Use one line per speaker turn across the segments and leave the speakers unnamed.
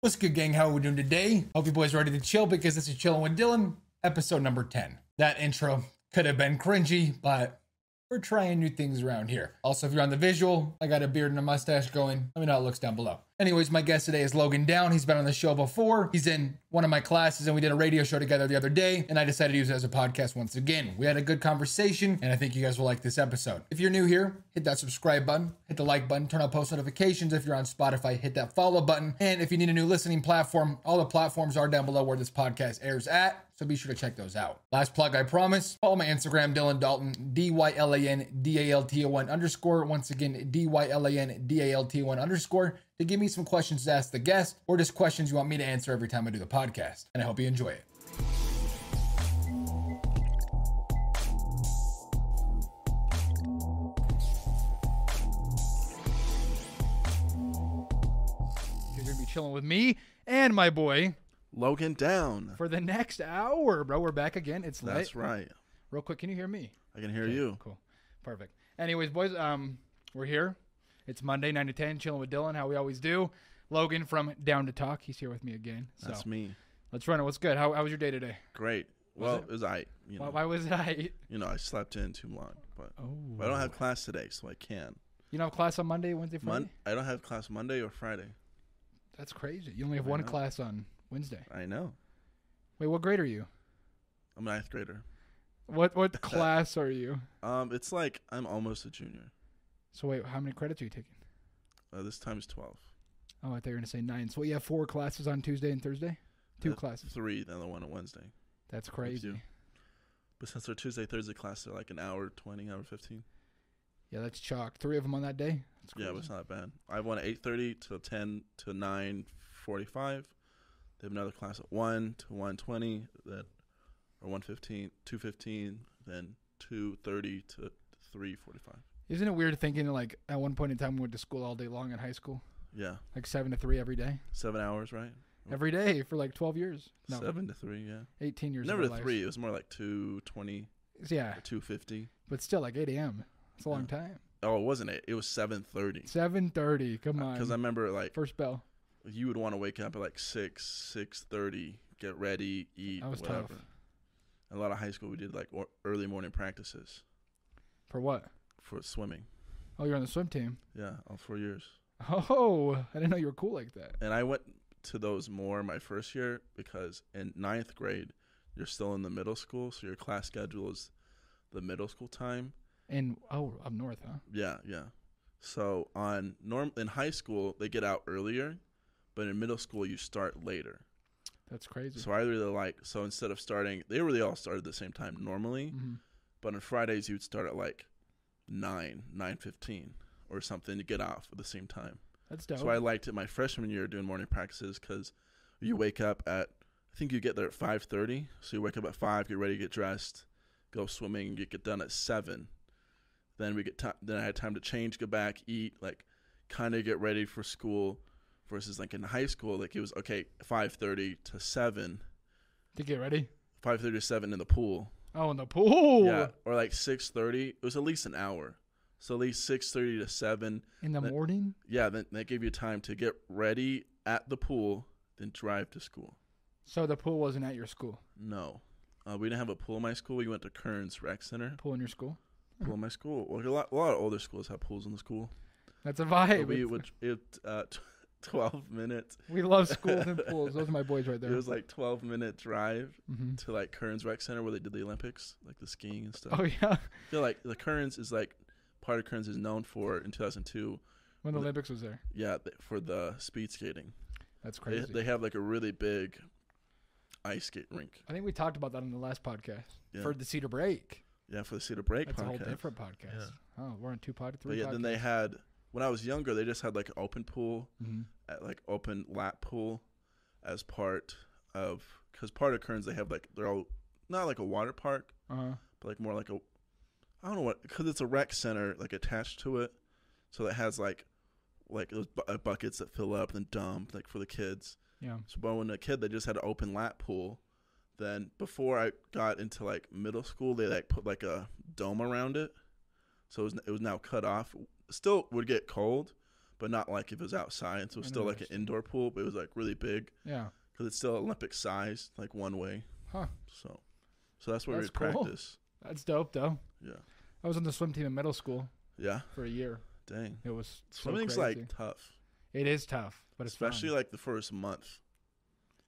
What's good, gang? How are we doing today? Hope you boys are ready to chill because this is Chilling with Dylan, episode number 10. That intro could have been cringy, but we're trying new things around here. Also, if you're on the visual, I got a beard and a mustache going. Let me know how it looks down below. Anyways, my guest today is Logan Down. He's been on the show before. He's in one of my classes, and we did a radio show together the other day, and I decided to use it as a podcast once again. We had a good conversation, and I think you guys will like this episode. If you're new here, hit that subscribe button, hit the like button, turn on post notifications. If you're on Spotify, hit that follow button. And if you need a new listening platform, all the platforms are down below where this podcast airs at so be sure to check those out. Last plug, I promise. Follow my Instagram, Dylan Dalton, D Y L A N D A L T O N underscore. Once again, D Y L A N D A L T O N underscore to give me some questions to ask the guest or just questions you want me to answer every time I do the podcast. And I hope you enjoy it.
You're gonna be chilling with me and my boy
Logan down.
for the next hour, bro. We're back again. It's late.
That's right.
Real quick, can you hear me?
I can hear you.
Cool. Perfect. Anyways, boys, um, we're here. It's Monday, nine to ten, chilling with Dylan, how we always do. Logan from Down to Talk, he's here with me again. So
That's me.
let's run it. What's good? How, how was your day today?
Great. Well, it was I. You
Why,
know,
why was I?
you know, I slept in too long, but
Oh.
but I don't have class today, so I can.
You don't have class on Monday, Wednesday, Friday.
Mon- I don't have class Monday or Friday.
That's crazy. You only have one class on Wednesday.
I know.
Wait, what grade are you?
I'm a ninth grader.
What what class are you?
Um, it's like I'm almost a junior.
So wait, how many credits are you taking?
Uh, this time is twelve.
Oh, I thought you were gonna say nine. So you have four classes on Tuesday and Thursday. Two
Uh,
classes.
Three, then the one on Wednesday.
That's crazy.
do. But since they're Tuesday, Thursday class, they're like an hour twenty, hour fifteen.
Yeah, that's chalk. Three of them on that day. That's
Yeah, but it's not bad. I have one at eight thirty to ten to nine forty five. They have another class at one to one twenty, that or one fifteen, two fifteen, then two thirty to three forty five.
Isn't it weird thinking like at one point in time we went to school all day long in high school,
Yeah,
like seven to three every day,
seven hours, right?
every day for like twelve years. No,
Mm. Seven to three, yeah.
eighteen years.
Never
of
to
our lives.
three. It was more like two twenty
Yeah,
or two fifty.
but still like eight a.m. It's a long time.
Oh, it wasn't it? It was seven thirty.
Seven thirty. Come on.
Because I remember like
First bell.
you would want to wake up at like six, six thirty, get ready, eat,
That was
whatever.
tough.
A lot of high school we did like or- early morning practices.
For what?
for swimming.
Oh, you're on the swim team.
Yeah, all four years.
Oh, I didn't know you were cool like that.
And I went to those more my first year because in ninth grade, you're still in the middle school, so your class schedule is the middle school time.
And oh, up north, huh?
Yeah, yeah. So on norm in high school, they get out earlier, but in middle school, you start later.
That's crazy.
So either they're like, so instead of starting, they really all started at the same time normally,
Mhm.
but on Fridays you'd start at like nine, nine fifteen, or something to get off at the same time.
That's dope.
So I liked it my freshman year doing morning practices because you wake up at I think you get there at five thirty. So you wake up at five, get ready, get dressed, go swimming, you get done at seven. Then we get time. Then I had time to change, go back, eat, like kind of get ready for school. Versus like in high school, like it was okay five thirty to seven,
to get ready.
five thirty to seven in the pool.
Oh, in the pool.
Yeah, or like six thirty. It was at least an hour. So at least six thirty to seven,
In the
That-
morning?
Yeah, then that gave you time to get ready at the pool, then drive to school.
So the pool wasn't at your school.
No, uh, we didn't have a pool in my school. We went to Kearns Rec Center.
Pool in your school?
Pool in my school. Well, a lot, a lot of older schools have pools in the school.
That's a
Hey,
vibe.
we
It's-
would it uh, t- twelve minutes.
we love schools and pools. Those are my boys right
It
there.
was like twelve minute drive
Mhm.
to like Kearns Rec Center where they did the Olympics, like the skiing and stuff.
Oh, yeah.
I feel like the Kearns is like part of Kearns is known for in 2002.
When the
The-
Olympics was there.
Yeah, th- for the speed skating.
That's
They,
crazy.
they have like a really big ice skate rink.
I think we talked about that on the last podcast
Yeah.
for the Cedar Break.
Yeah, for the Cedar Break
That's a whole
podcast.
different podcast. Oh, we're on two pod,
but
three
yeah,
podcasts.
then they had when I was younger, they just had like an open pool,
Mhm.
at like open lap pool, as part of because part of Kearns they have like they're all not like a water park,
Uh-huh.
but like more like a I don't know what because it's a rec center like attached to it, so it has like like those bu- uh, buckets that fill up and dump like for the kids.
Yeah.
So but when a kid, they just had an open lap pool. Then before I got into like middle school, they like put like a dome around it, so it was it was now cut off. Still would get cold, but not like if it was outside. So it was
I
still
know what
like an
you're saying.
indoor pool, but it was like really big
Yeah.
because it's still Olympic sized, like one way.
Huh.
So, so that's where
That's
we would
cool.
practice.
That's dope though.
Yeah.
I was on the swim team in middle school
Yeah.
for a year.
Dang.
It was so
Swimming's
crazy.
like tough,
it is tough, but it's
especially
fun.
like the first month.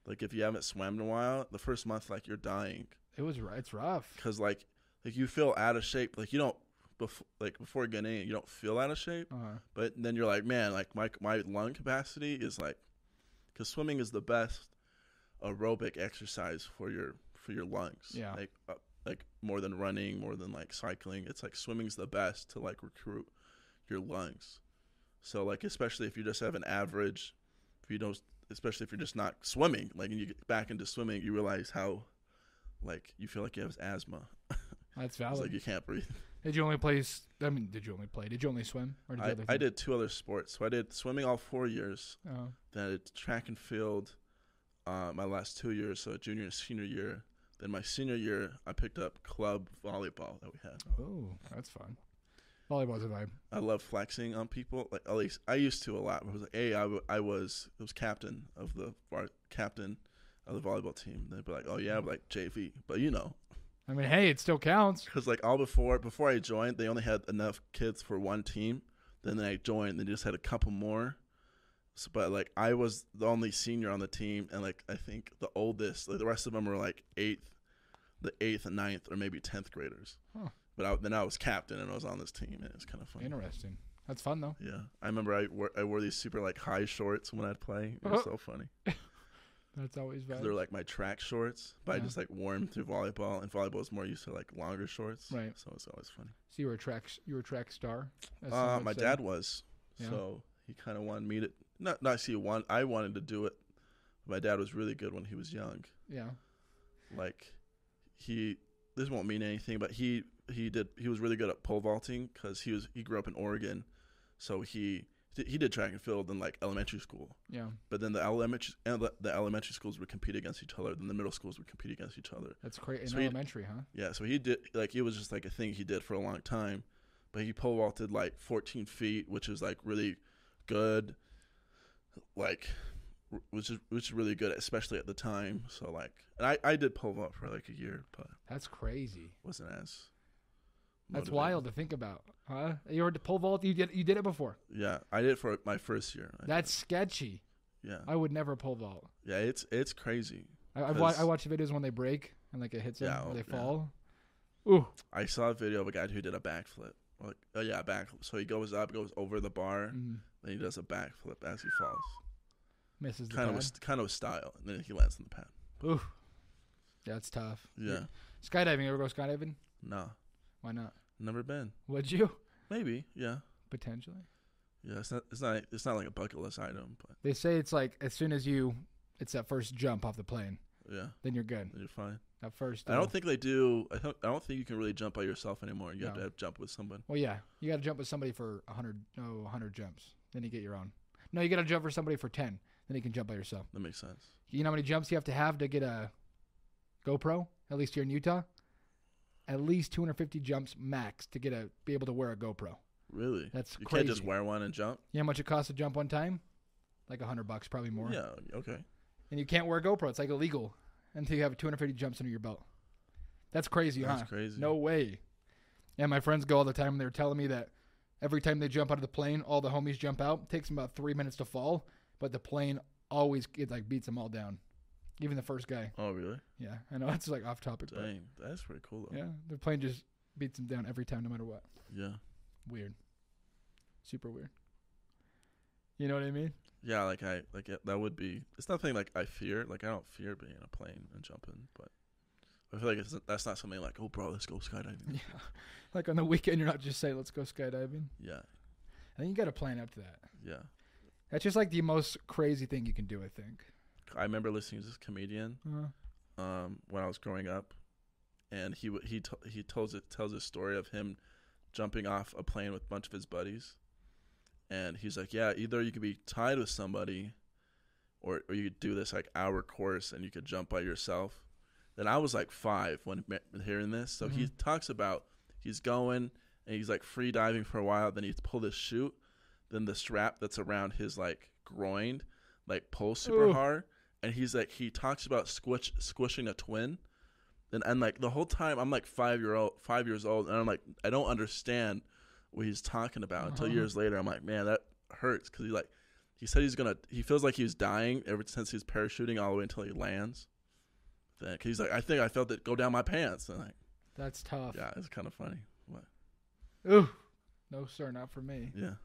Like if you haven't swam in a while, the first month like you're dying
it was ru- it's rough.
because like like you feel out of shape. Like you don't before like before getting in, you don't feel out of shape.
Uh-huh.
But then you're like, man, like my my lung capacity is like, because swimming is the best aerobic exercise for your for your lungs.
Yeah.
Like uh, like more than running, more than like cycling. It's like swimming's the best to like recruit your lungs. So like especially if you just have an average, if you don't, especially if you're just not swimming, like and you get back into swimming, you realize how like you feel like you have asthma.
That's
It's
valid.
like you can't breathe.
did you only play? s- I mean, did you only play? Did you only swim? Or did you
I,
other
I
things?
did two other sports. So I did swimming all four years.
Oh,
then I did track and field uh, my last two years, so junior and senior year. Then my senior year, I picked up club volleyball that we had.
Ooh, Oh, that's fun. Volleyball's a vibe.
I love flexing on people. Like at least I used to a lot. I was like, hey, I, w- I was I was captain of the var- captain of the volleyball team. They'd be like, oh yeah, I'm like JV, but you know,
I mean, hey, it still counts.
because like all before before I joined, they only had enough kids for one team. Then I joined, they just had a couple more. So, but like I was the only senior on the team, and like I think the oldest, like the rest of them were like eighth, the eighth and ninth, or maybe tenth graders.
Huh.
But I, then I was captain, and I was on this team, and it was kind of funny.
Interesting. That's fun though.
Yeah, I remember I wore, I wore these super like high shorts when I'd play. It was
Uh-huh.
so funny.
That's always
they
valid.
They're like my track shorts, but I
Yeah.
just like wore them through volleyball, and volleyball is more used to like longer shorts.
Right.
So it's always funny.
so you were a track. s- You were a track star. as some
Uh,
would
my
say.
dad was,
Yeah.
so he kind of wanted me to not not see one. I wanted to do it. My dad was really good when he was young.
Yeah.
Like he, this won't mean anything, but he he did he was really good at pole vaulting because he was he grew up in Oregon, so he he did track and field in like elementary school.
Yeah.
But then the elementary and the the elementary schools would compete against each other. Then the middle schools would compete against each other.
That's great. In
So you-
elementary, huh?
Yeah, so he did like it was just like a thing he did for a long time, but he pole vaulted like 14 feet, which is like really good, like r- which is which is really good, especially at the time. So like, and I I did pole vault for like a year, but
That's crazy.
wasn't as
That's
motivated.
wild to think about, huh? You were to pole vault. You did. You did it before.
Yeah, I did it for my first year. I did.
That's sketchy.
yeah,
I would never pole vault.
yeah. It's it's crazy.
I, I've wa- I
Because-
watch the videos when they break and like it hits them
Yeah,
or
oh,
they
yeah.
fall. Ooh,
I saw a video of a guy who did a backflip. Like, oh yeah, back. So he goes up, goes over the bar,
Mm.
then he does a backflip as he falls.
misses the
Kind of
pad.
was kind of with style, and then he lands on the pad.
Ooh, that's tough.
Yeah.
Skydiving. You ever go skydiving?
No.
Why not?
Never been.
Would you
Maybe. Yeah.
potentially?
Yeah. It's not. It's not. It's not like a bucket list item. But
They say it's like as soon as you, it's that first jump off the plane,
yeah,
then you're good.
you're fine.
That first. uh,
I don't
little-
think they do. I don't. I don't think you can really jump by yourself anymore. You have
No.
to have jump with someone.
Well, yeah, you got to jump with somebody for a hundred. No, a hundred jumps. Then you get your own. No, you got to jump for somebody for ten. Then you can jump by yourself.
That makes sense.
You know how many jumps you have to have to get a GoPro? At least here in Utah, at least 250 jumps max to get a be able to wear a GoPro.
Really.
That's
you can't just
crazy.
wear one and jump.
You know how much it costs to jump one time? Like a hundred bucks, probably more.
Yeah. Okay.
And you can't wear a GoPro. It's like illegal until you have 250 jumps under your belt. That's crazy,
That's
huh?
crazy.
No way. Yeah, my friends go all the time, and they were telling me that every time they jump out of the plane, all the homies jump out. takes them about three minutes to fall, but the plane always it like beats them all down, even the first guy.
Oh really?
Yeah, I know it's like off topic,
Dang. That's pretty cool
but
though.
yeah, the plane just beats them down every time, no matter what.
Yeah.
Weird, super weird. You know what I mean?
Yeah. Like I. Like it, that would be. It's nothing like I fear. Like I don't fear being in a plane and jumping, but. I feel like it's, that's not something like, oh, bro, let's go skydiving.
Yeah, like on the weekend, you're not just saying let's go skydiving.
Yeah,
I think you got to plan up to that.
yeah.
That's just like the most crazy thing you can do, I think.
I remember listening to this comedian
Uh,
um, when I was growing up, and he w- he t- he tells it tells a story of him jumping off a plane with a bunch of his buddies, and he's like, yeah, either you could be tied with somebody, or or you could do this like hour course and you could jump by yourself. Then I was like five when me- hearing this, so he talks about he's going and he's like free diving for a while, then he pulled his chute, then the strap that's around his like groin like pulls super
Ooh.
hard, and he's like he talks about squish squishing a twin, and and like the whole time I'm like five year old five years old, and I'm like I don't understand what he's talking about until
Uh-huh.
years later. I'm like man that hurts because he like he said he's gonna he feels like he was dying ever since he's parachuting all the way until he lands. Then 'cause he's like I think I felt it go down my pants, and like
That's tough.
yeah, it's kind of funny. What?
Ooh. No, sir, not for me.
Yeah,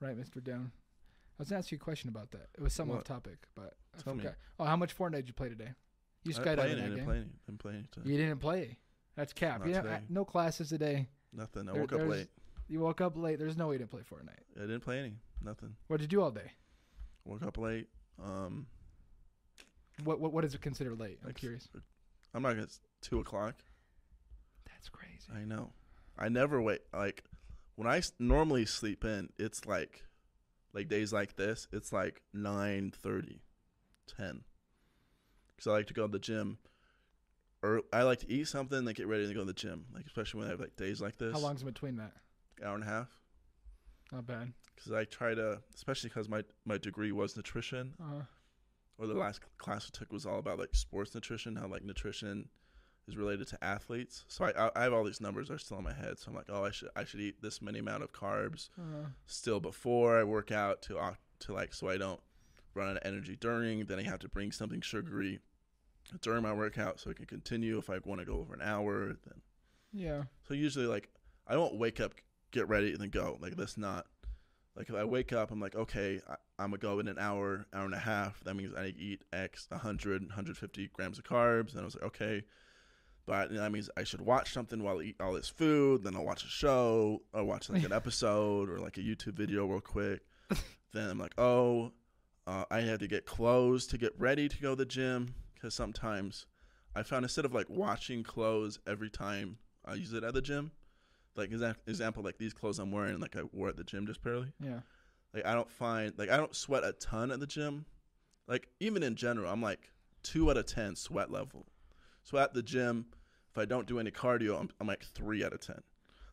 Right, Mr. Down. I was gonna ask you a question about that. It was some off
What?
topic, but I
Tell me.
forgot. Oh, how much Fortnite did you play today? You
I didn't play
skydived that
any, didn't
game.
play any, didn't play any today.
You didn't play. That's cap.
Not
Yeah,
today.
no classes today.
Nothing. I
There-
woke up
there's-
late.
You woke up late. There's no way you didn't play Fortnite.
I didn't play any. Nothing.
What did you do all day?
Woke up late. Um,
What what, what is it considered late? I'm
Like,
curious.
I'm not gonna. It's two o'clock.
That's crazy.
I know. I never wait. Like when I s- normally sleep in, it's like, like days like this, it's like 9, 10. Because I like to go to the gym. Or I like to eat something, then get ready to go to the gym. Like especially when I have like days like this,
How long's in between that?
hour and a half.
Not bad.
Because I try to, especially because my my degree was nutrition,
Uh,
or the last class I took was all about like sports nutrition, how like nutrition is related to athletes. So I, I, I have all these numbers that are still in my head. So I'm like, oh, I should I should eat this many amount of carbs
uh,
still before I work out to oc- to like so I don't run out of energy during. Then I have to bring something sugary during my workout so I can continue if I want to go over an hour. Then
yeah.
so usually like I won't wake up, get ready, and then go. Like that's not like if I wake up, I'm like, okay, I, I'm gonna go in an hour, hour and a half. That means I need to eat X 100, 150 grams of carbs. And I was like, okay, but that means I should watch something while I eat all this food. Then I'll watch a show, or watch like an episode or like a YouTube video real quick. then I'm like, oh, uh, I had to get clothes to get ready to go to the gym because sometimes I found instead of like washing clothes every time I use it at the gym, like exa- example, like these clothes I'm wearing, like I wore at the gym just barely.
Yeah.
Like I don't find like I don't sweat a ton at the gym. Like even in general, I'm like two out of ten sweat level. So at the gym, if I don't do any cardio, I'm, I'm like three out of ten.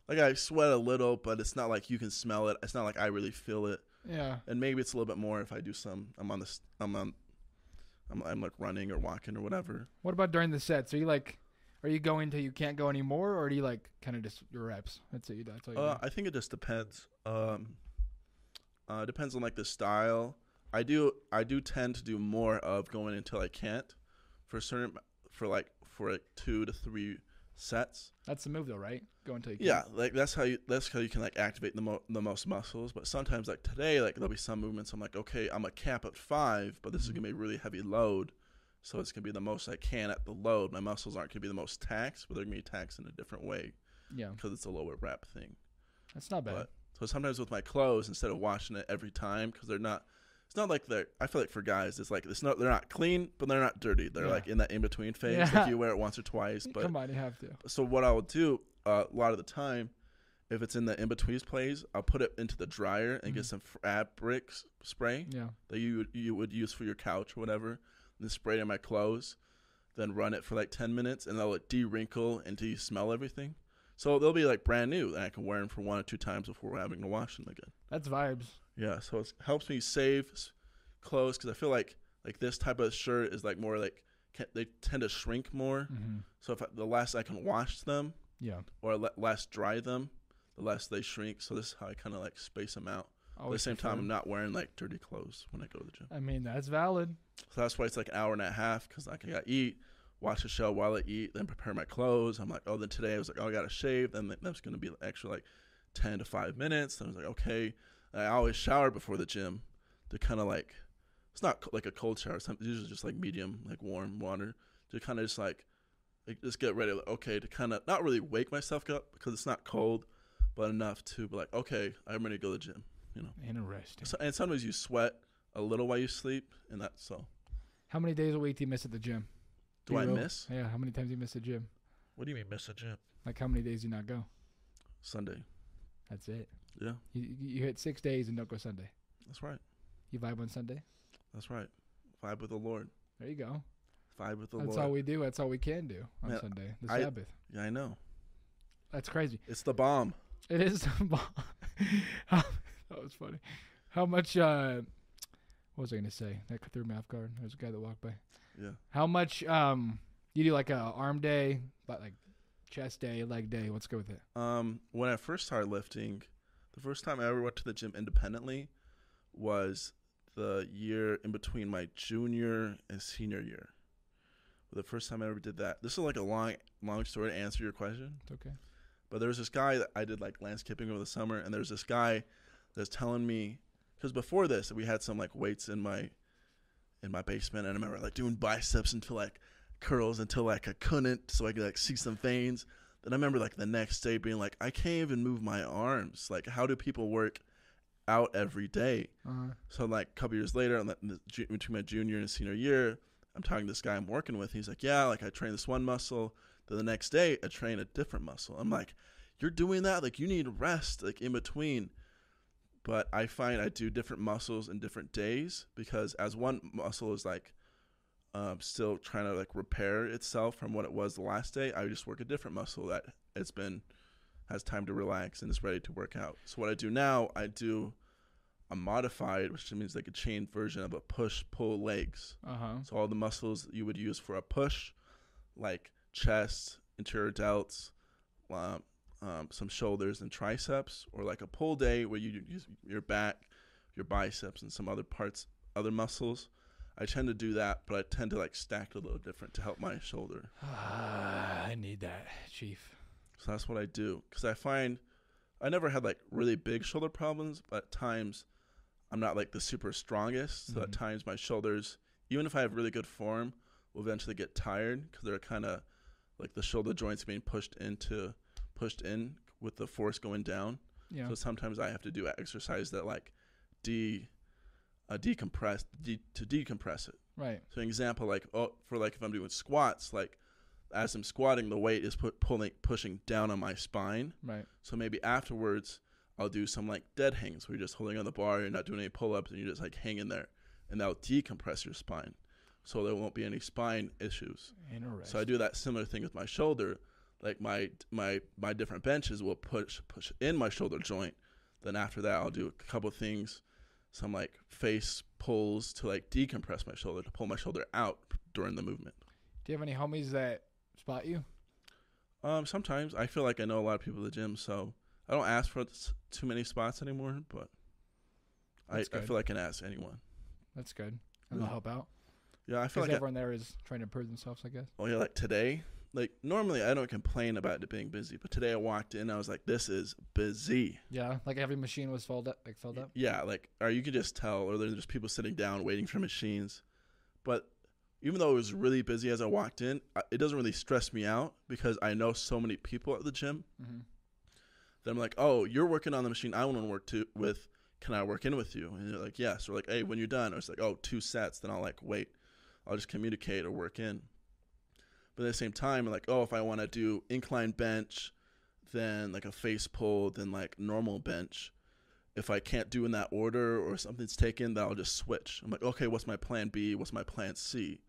Like I sweat a little, but it's not like you can smell it. It's not like I really feel it
Yeah.
and maybe it's a little bit more if I do some. I'm on this. I'm on. I'm, I'm like running or walking or whatever.
What about during the sets? Are you like, are you going till you can't go anymore, or do you like kind of just your reps? That's it. you- That's all you
Uh,
do.
I think it just depends. Um, uh, depends on like the style. I do. I do tend to do more of going until I can't, for certain for like for like two to three sets.
That's the move, though, right? Go until you.
Yeah, like that's how you that's how you can like activate the mo- the most muscles. But sometimes like today, like there'll be some movements I'm like, okay, I'm a cap at five, but this is gonna be a really heavy load, so it's gonna be the most I can at the load. My muscles aren't gonna be the most taxed, but they're gonna be taxed in a different way
Can. Yeah.
because it's a lower rep thing.
That's not bad.
But so sometimes with my clothes, instead of washing it every time, because they're not, it's not like they're. I feel like for guys, it's like it's not they're not clean, but they're not dirty. They're
Yeah.
like in that in between phase.
Yeah.
Like you wear it once or twice,
Y-
but
Come on, you have to.
so what I will do uh, a lot of the time, if it's in the in betweens plays, I'll put it into the dryer and get
Mhm.
some fabric s- spray
Yeah.
that you would- you would use for your couch or whatever, and then spray it in my clothes, then run it for like ten minutes, and they'll de wrinkle until you smell everything. So they'll be like brand new, and I can wear them for one or two times before having to wash them again.
That's vibes.
Yeah, so it helps me save s- clothes because I feel like like this type of shirt is like more like ca they tend to shrink more.
Mm-hmm.
So if I, the less I can wash them,
Yeah.
or le- less dry them, the less they shrink. So this is how I kind of like space them out. At the
Always
same time,
preferred.
I'm not wearing like dirty clothes when I go to the gym.
I mean, that's valid.
So that's why it's like an hour and a half because like I gotta eat, watch a show while I eat, then prepare my clothes. I'm like, oh, then today I was like, oh, I gotta shave. Then th- that's gonna be like, extra like ten to five minutes. Then I was like, okay. And I always shower before the gym to kind of like it's not co- like a cold shower. It's usually just like medium, like warm water to kind of just like, like just get ready. Like, okay, to kind of not really wake myself up because it's not cold, but enough to be like, okay, I'm ready to go to the gym.
Interesting.
So, and sometimes you sweat a little while you sleep, and that's so.
How many days a week do you miss at the gym?
Do I
you will-
miss?
Yeah. How many times do you miss the gym?
What do you mean miss a gym?
Like how many days do you not go?
Sunday.
That's it.
Yeah,
You, you- you hit six days and don't go Sunday.
that's right.
You vibe on Sunday.
That's right. Vibe with the Lord.
There you go.
Vibe with the
that's
Lord.
all we do. That's all we can do on
Man,
Sunday, the
I-
Sabbath.
yeah, I know.
That's crazy.
It's the bomb.
It is the bomb. that was was funny. How much? uh What was I gonna say? That threw me off guard. There was a guy that walked by.
Yeah.
How much? um You do like a arm day, but like chest day, leg day. Let's go with it.
Um, when I first started lifting, the first time I ever went to the gym independently was the year in between my junior and senior year. The first time I ever did that. This is like a long, long story to answer your question.
It's okay.
But there was this guy that I did like landscaping over the summer, and there's this guy that's telling me because before this we had some like weights in my in my basement, and I remember like doing biceps until like curls until like I couldn't, so I could like see some veins. Then I remember like the next day being like, I can't even move my arms. Like, how do people work out every day?
Uh,
So like a couple years later, on the, in the ju- between my junior and senior year, I'm talking to this guy I'm working with. He's like, "Yeah, like I train this one muscle, then the next day I train a different muscle." I'm like, "You're doing that? Like you need rest, like in between." But I find I do different muscles in different days because as one muscle is like um, still trying to like repair itself from what it was the last day, I just work a different muscle that it's been has time to relax and is ready to work out. So what I do now, I do a modified, which means like a chain version of a push pull legs.
uh huh.
So all the muscles that you would use for a push, like chest, interior delts, um, um, some shoulders and triceps, or like a pull day where you use your back, your biceps, and some other parts, other muscles. I tend to do that, but I tend to like stack it a little different to help my shoulder.
I need that, Chief.
So that's what I do because I find I never had like really big shoulder problems, but at times I'm not like the super strongest. So at
Mhm.
times my shoulders, even if I have really good form, will eventually get tired because they're kind of like the shoulder joints being pushed into pushed in with the force going down.
Yeah.
So sometimes I have to do exercise that like de uh, decompress de- to decompress it.
right.
So an example, like oh, for like if I'm doing squats, like as I'm squatting, the weight is put pulling pushing down on my spine.
Right.
So maybe afterwards, I'll do some like dead hangs where you're just holding on the bar, you're not doing any pull ups, and you're just like hanging there, and that'll decompress your spine, so there won't be any spine issues.
Interesting.
So I do that similar thing with my shoulder. Like my my my different benches will push push in my shoulder joint. Then after that, I'll do a couple things, some like face pulls to like decompress my shoulder to pull my shoulder out during the movement.
Do you have any homies that spot you?
Um, sometimes I feel like I know a lot of people at the gym, so I don't ask for s- too many spots anymore. But I,
That's
I
good.
feel like I can ask anyone.
That's good. And they'll
Yeah.
help out.
Yeah, I
Because
feel like I-
everyone there is trying to improve themselves, I guess.
oh yeah, like today. Like normally I don't complain about it being busy, but today I walked in, I was like, this is busy.
Yeah. Like every machine was filled up. Like filled
Y-
up.
Yeah, like or you could just tell, or there's just people sitting down waiting for machines. But even though it was really busy as I walked in, I- it doesn't really stress me out because I know so many people at the gym
Mhm.
that I'm like, oh, you're working on the machine I want to work to with. Can I work in with you? And you're like, yes. Or like, hey, when you're done, or it's like, oh, two sets. Then I'll like wait. I'll just communicate or work in. But at the same time, like, oh, if I want to do incline bench, then like a face pull, then like normal bench. If I can't do in that order or something's taken, then I'll just switch. I'm like, okay, what's my plan B? What's my plan C?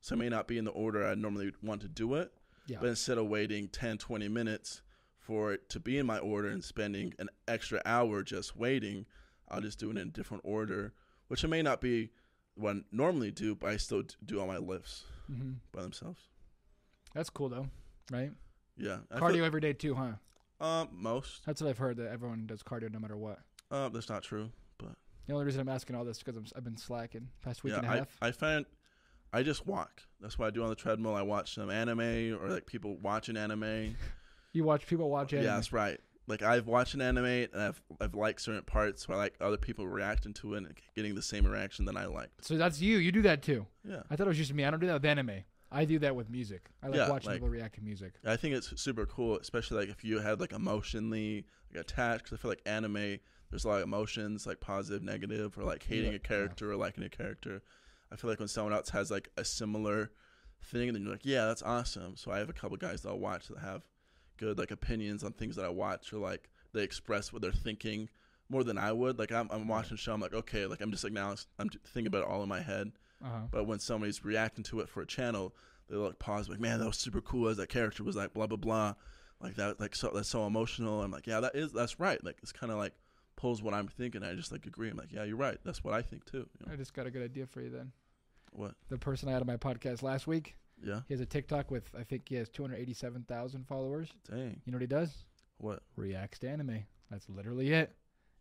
So it may not be in the order I normally would want to do it,
Yeah.
but instead of waiting 10, 20 minutes for it to be in my order and spending an extra hour just waiting, I'll just do it in a different order, which it may not be what I normally do, but I still d- do all my lifts
hmm
by themselves.
That's cool though, right?
Yeah. I
cardio
feel-
every day too, huh?
um, most.
That's what I've heard that everyone does cardio no matter what.
Um, that's not true.
The only reason I'm asking all this is because I'm, s- I've been slacking past week
yeah,
and a
I,
half.
I find I just walk. That's what I do on the treadmill. I watch some anime or like people watching anime.
you watch people watch
Yeah,
anime.
that's right. Like I've watched an anime and I've I've liked certain parts where I like other people reacting to it and getting the same reaction that I liked.
So that's you. You do that too.
Yeah.
I thought it was just me. I don't do that with anime. I do that with music. I like
Yeah,
watching
like-
people react to music.
I think it's super cool, especially like if you had like emotionally like attached. Because I feel like anime, there's a lot of emotions, like positive, negative, or like hating a
Yeah.
character or liking a character. I feel like when someone else has like a similar thing, then you're like, yeah, that's awesome. So I have a couple guys that I'll watch that have good like opinions on things that I watch, or like they express what they're thinking more than I would. Like I'm, I'm watching a show, I'm like, okay, like I'm just like now I'm j- thinking about it all in my head.
Uh huh.
But when somebody's reacting to it for a channel, they like pause, like, "Man, that was super cool." As that character was like, "Blah blah blah," like that, like so that's so emotional. I'm like, "Yeah, that is that's right." Like it's kind of like pulls what I'm thinking. I just like agree. I'm like, yeah, you're right. That's what I think too. You know?
I just got a good idea for you then.
What?
The person I had on my podcast last week,
Yeah.
he has a TikTok with I think he has 287,000 followers.
Dang.
You know what he does?
What?
Reacts to anime. That's literally it.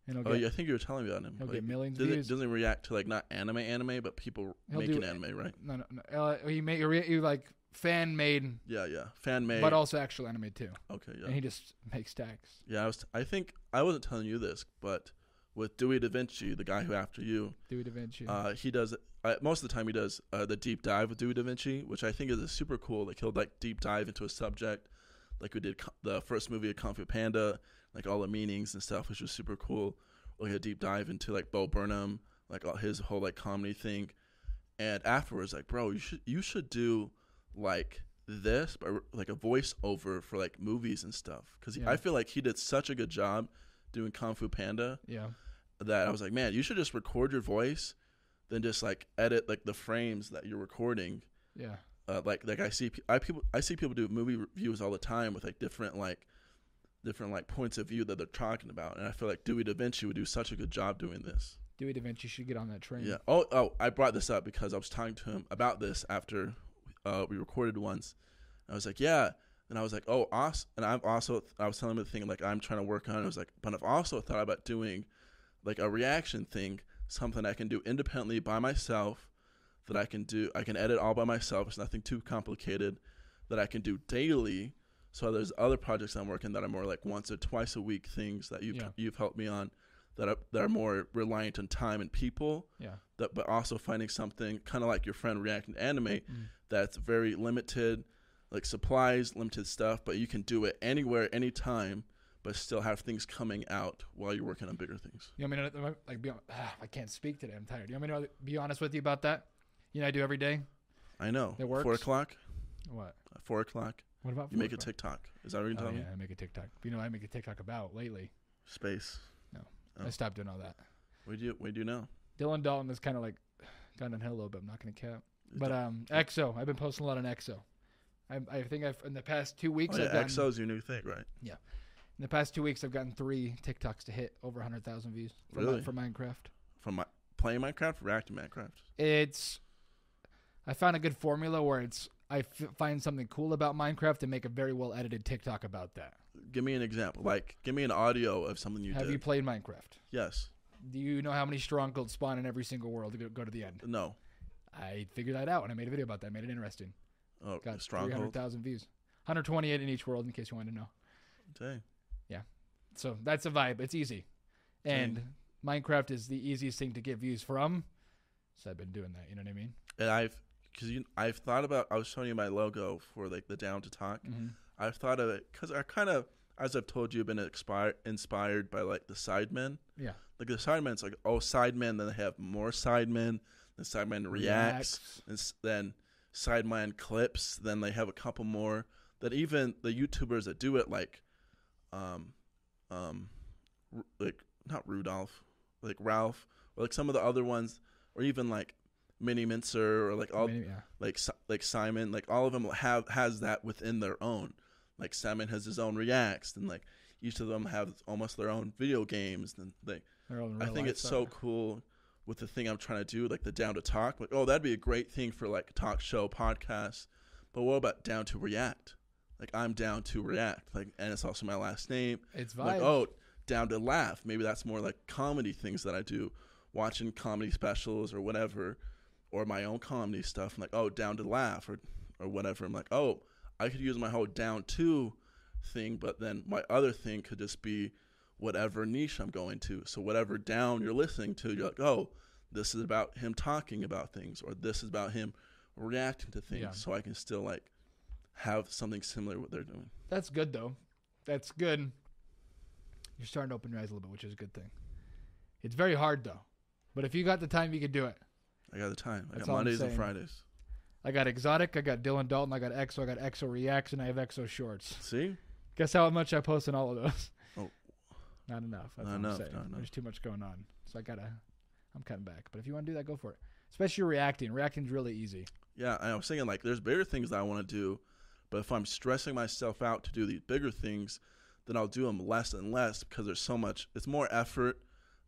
And he'll
Oh,
get,
yeah. Oh, I think you were telling me about him.
he'll
Like,
get millions of
does
views.
it doesn't react to like not anime anime, but people
He'll do
making
a-
anime, right?
no, no, no. Uh, he made he, re- he like fan made,
Yeah, yeah. Fan made.
but also actual anime too.
okay, yeah.
And he just makes stacks.
Yeah, I was. I think I wasn't telling you this, but with Dewey Da Vinci, the guy who after you,
Dewey Da Vinci.
uh, he does uh, most of the time he does uh, the deep dive with Dewey Da Vinci, which I think is a super cool. Like he'll like deep dive into a subject, like we did co- the first movie of Kung Fu Panda, like all the meanings and stuff, which was super cool. Like a deep dive into like Bo Burnham, like all his whole like comedy thing, and afterwards, like bro, you should you should do like this, but like a voiceover for like movies and stuff, because
Yeah.
I feel like he did such a good job doing Kung Fu Panda
yeah.
that I was like, man, you should just record your voice, then just like edit like the frames that you're recording.
Yeah.
Uh, like like I see pe- I people I see people do movie reviews all the time with like different like different like points of view that they're talking about, and I feel like Dewey Da Vinci would do such a good job doing this.
Dewey Da Vinci should get on that train.
Yeah. Oh oh, I brought this up because I was talking to him about this after uh, we recorded once. And I was like, yeah. And I was like, oh, also, and I'm also, I was telling him the thing like I'm trying to work on. I was like, but I've also thought about doing like a reaction thing, something I can do independently by myself that I can do, I can edit all by myself. It's nothing too complicated that I can do daily. So there's other projects I'm working that are more like once or twice a week things that you've,
Yeah.
you've helped me on that are, that are more reliant on time and people
Yeah.
that but also finding something kind of like your friend reacting to anime
Mm-hmm.
that's very limited like supplies limited stuff but you can do it anywhere anytime but still have things coming out while you're working on bigger things
You want me to like be? Ah, I can't speak today. I'm tired. You want me to uh, be honest with you about that? You know, I do every day.
i know
It
four
works.
o'clock
What?
four o'clock
What about
you make a
TikTok?
tiktok is that what you're
Oh,
telling
yeah,
me
I make a TikTok. You know, what I make a TikTok about lately.
space Oh.
I stopped doing all that.
we do we do now
Dylan Dalton is kind of like gone downhill a little bit. I'm not going to cap. But um, EXO, I've been posting a lot on EXO. I, I think I've in the past two weeks.
oh, yeah,
I've gotten,
exo's your new thing right
In the past two weeks, I've gotten three TikToks to hit over 100,000 views for, Mi-
Really?
for Minecraft.
from my playing minecraft reacting to minecraft
It's I found a good formula where it's I f- find something cool about Minecraft and make a very well edited TikTok about that.
give me an example like give me an audio of something you
Have
did
you played Minecraft?
yes
Do you know how many strongholds spawn in every single world to go, go to the end?
no
I figured that out and I made a video about that. Made it interesting.
oh
Got
stronghold
300,000 views. 128 in each world, in case you wanted to know.
dang
So that's a vibe. It's easy. And Minecraft is the easiest thing to get views from. So I've been doing that. You know what I mean?
and I've because you I've thought about I was showing you my logo for like the down to talk.
Mm-hmm.
I've thought of it because I kind of as I've told you been expired inspired by like the Sidemen.
Yeah.
Like the Sidemen's like oh Sidemen, then they have more Sidemen. Then Sidemen
Reacts.
reacts, and s- then Sidemen clips. Then they have a couple more. That even the YouTubers that do it like, um, um, Ru- like not Rudolph, like Ralph, or like some of the other ones, or even like Minnie Mincer, or like all
Maybe- yeah.
like Si- like Simon, like all of them have has that within their own. Like Simon has his own reacts, and like each of them have almost their own video games. And like
They're all in
I
real
think
life,
it's so cool with the thing I'm trying to do, like the down to talk. Like oh, that'd be a great thing for like talk show podcast. But what about down to react? Like I'm down to react. Like and it's also my last name.
It's vibes.
Like oh, down to laugh. Maybe that's more like comedy things that I do, watching comedy specials or whatever, or my own comedy stuff. I'm like oh, down to laugh or or whatever. I'm like oh, I could use my whole down to thing, but then my other thing could just be whatever niche I'm going to. So whatever down you're listening to, you're like oh, this is about him talking about things, or this is about him reacting to things.
Yeah.
So I can still like have something similar to what they're doing.
That's good though. That's good. You're starting to open your eyes a little bit, which is a good thing. It's very hard though. But if you got the time, you could do it.
I got the time. I
That's
got
all I'm
Mondays and
saying.
Fridays.
I got Exotic, I got Dylan Dalton, I got EXO, I got EXO Reacts, and I have EXO Shorts.
See?
Guess how much I post in all of those?
Oh.
Not enough. That's
Not
what I'm
enough,
saying.
not enough.
There's too much going on. So I gotta I'm cutting back. But if you want to do that, go for it. Especially reacting. Reacting's really easy.
Yeah, and I was thinking like there's bigger things that I want to do, but if I'm stressing myself out to do these bigger things, then I'll do them less and less because there's so much. It's more effort,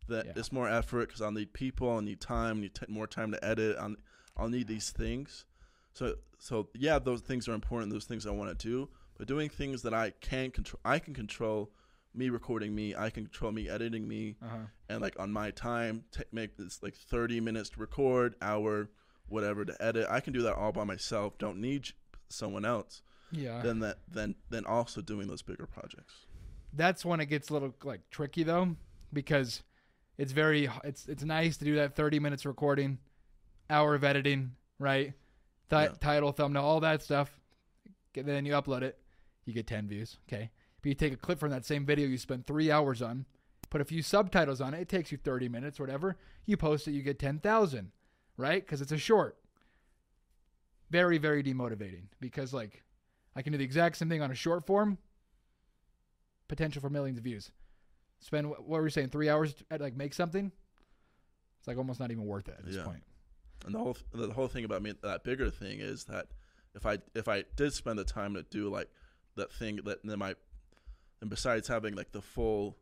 that
Yeah.
it's more effort because I'll need people, I'll need time, I need t- more time to edit. I'll, I'll need these things. So, so yeah, those things are important. Those things I want to do, but doing things that I can control, I can control me recording me, I can control me editing me,
Uh huh.
and like on my time, t- make this like thirty minutes to record, hour, whatever to edit. I can do that all by myself. Don't need j- someone else.
Yeah.
Then that, then then also doing those bigger projects.
that's when it gets a little like tricky though because it's very it's it's nice to do that 30 minutes recording hour of editing right Ti-
Yeah.
title thumbnail all that stuff Get- then you upload it you get 10 views okay but you take a clip from that same video you spent three hours on put a few subtitles on it it takes you 30 minutes or whatever you post it you get 10000 right because it's a short very very demotivating because like i can do the exact same thing on a short form potential for millions of views. Spend wh- what were you saying? Three hours to at, like make something. It's like almost not even worth it at this
Yeah.
point.
And the whole th- the whole thing about me that bigger thing is that if I if I did spend the time to do like that thing that then my and besides having like the full,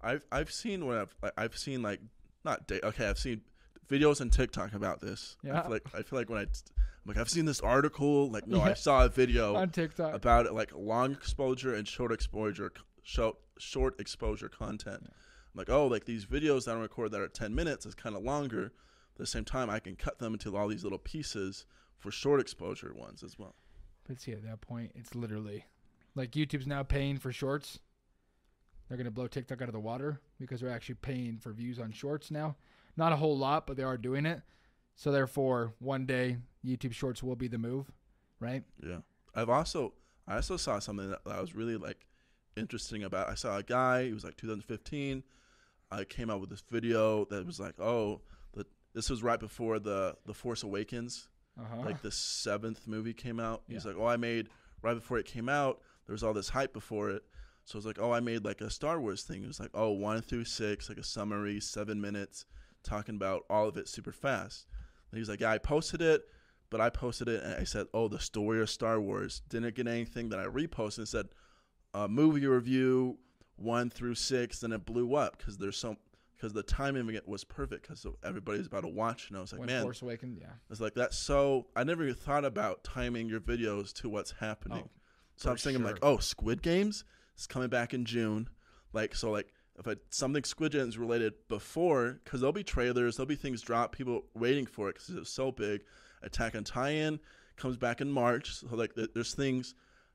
I've I've seen when I've like, I've seen like not day okay I've seen videos on TikTok about this. I
Yeah.
feel like I feel like when I am like I've seen this article like no
Yeah.
I saw a video
On TikTok,
about it, like long exposure and short exposure, short short exposure content. Like oh, like these videos that I record that are ten minutes is kind of longer. At the same time, I can cut them into all these little pieces for short exposure ones as well.
but see, at that point, it's literally like YouTube's now paying for shorts. They're gonna blow TikTok out of the water because they're actually paying for views on shorts now. Not a whole lot, but they are doing it. So therefore, one day YouTube Shorts will be the move, right?
Yeah, I've also I also saw something that I was really like interesting about. I saw a guy. It was like 2015. I came out with this video that was like oh. the This was right before the the Force Awakens
Uh huh.
like the seventh movie came out. He's
Yeah.
like, oh, I made right before it came out. There was all this hype before it, so I was like, oh, I made like a Star Wars thing. It was like, oh, one through six, like a summary, seven minutes, talking about all of it super fast. And he's like, yeah, I posted it, but I posted it and I said, oh, the story of Star Wars didn't get anything. Then I reposted and said, uh, movie review one through six. Then it blew up because there's so because the timing of it was perfect because everybody's about to watch. And I was like,
when
man,
Force Awakens, yeah.
it's like that's so. I never even thought about timing your videos to what's happening.
Oh,
so I'm
for
thinking like,
sure.
oh, Squid Games is coming back in June. Like so, like if I, something Squid Games related before, because there'll be trailers, there'll be things drop, people waiting for it because it's so big. Attack on Titan comes back in March. So like, th- there's things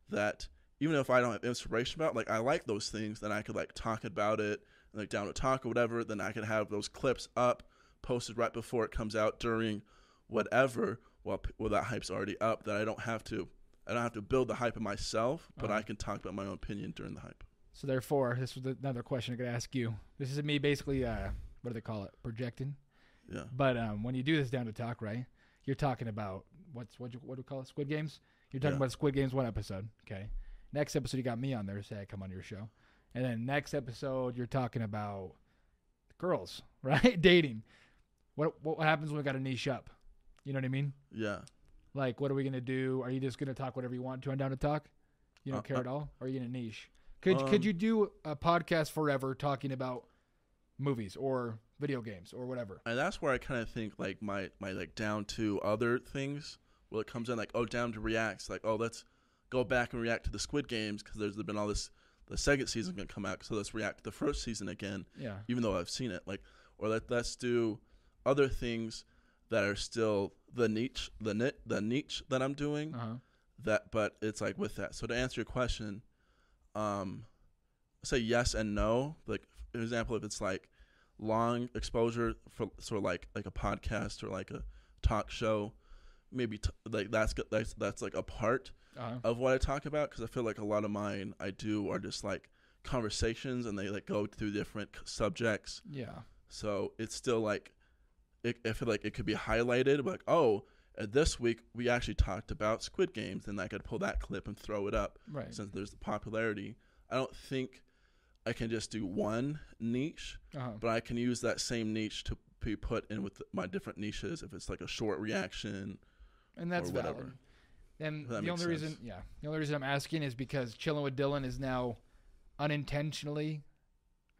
that even if I don't have inspiration about, like I like those things, then I could like talk about it, like down to talk or whatever. Then I could have those clips up, posted right before it comes out during whatever. While p- while that hype's already up, that I don't have to, I don't have to build the hype of myself, but
Uh-huh.
I can talk about my own opinion during the hype.
So therefore, this was another question I could ask you. This is me basically. Uh, what do they call it? Projecting.
Yeah,
But um, when you do this down to talk, right? You're talking about what's what? You, what do we call it? Squid Games. You're talking
Yeah.
about Squid Games one episode. Okay. Next episode, you got me on there. Say I come on your show, and then next episode, you're talking about girls, right? Dating. What what happens when we got a niche up? You know what I mean?
yeah.
Like, what are we gonna do? Are you just gonna talk whatever you want to on down to talk? You don't
Uh,
care
uh,
at all? Or are you gonna niche? Could could
um,
you do a podcast forever talking about movies or video games or whatever?
and that's where I kind of think like my my like down to other things. Well, it comes in like oh down to reacts like oh let's go back and react to the Squid Games because there's been all this the second season gonna come out so let's react to the first season again
Yeah.
even though I've seen it like or let let's do other things that are still the niche the nit the niche that I'm doing
Uh huh.
that but it's like with that so to answer your question um say yes and no like for example if it's like long exposure for sort of like like a podcast or like a talk show maybe t- like that's go- that's that's like a part
Uh-huh.
of what i talk about because i feel like a lot of mine i do are just like conversations and they like go through different c- subjects
Yeah.
so it's still like, it, I feel like it could be highlighted, like, oh, uh, this week we actually talked about Squid Games, and I could pull that clip and throw it up
Right.
since there's the popularity. I don't think I can just do one niche,
Uh-huh.
but I can use that same niche to be put in with my different niches if it's like a short reaction.
And that's
or whatever.
valid. And
If that
the
makes
only reason,
sense.
yeah, the only reason I'm asking is because Chilling with Dylan is now unintentionally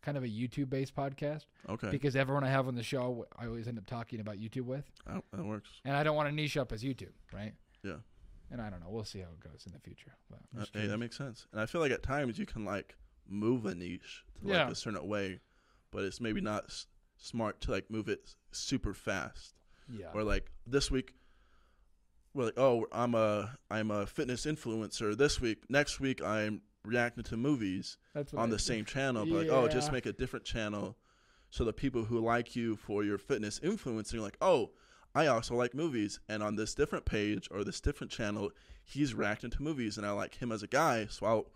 kind of a YouTube based podcast
Okay,
because everyone I have on the show, I always end up talking about YouTube with.
that, that works.
And I don't want to niche up as YouTube, right?
Yeah.
And I don't know. We'll see how it goes in the future. But I'm
Uh,
just
hey, that
curious.
makes sense. And I feel like at times you can like move a niche to like
Yeah.
a certain way, but it's maybe not s- smart to like move it s- super fast.
yeah.
Or like this week, we're like, oh, I'm a I'm a fitness influencer. This week, next week, I'm reacting to movies
That's what
on
I-
the same channel. But like, oh, just
Yeah.
make a different channel, so the people who like you for your fitness influencing, like, oh. I also like movies, and on this different page or this different channel, he's reacting to movies, and I like him as a guy, so I'll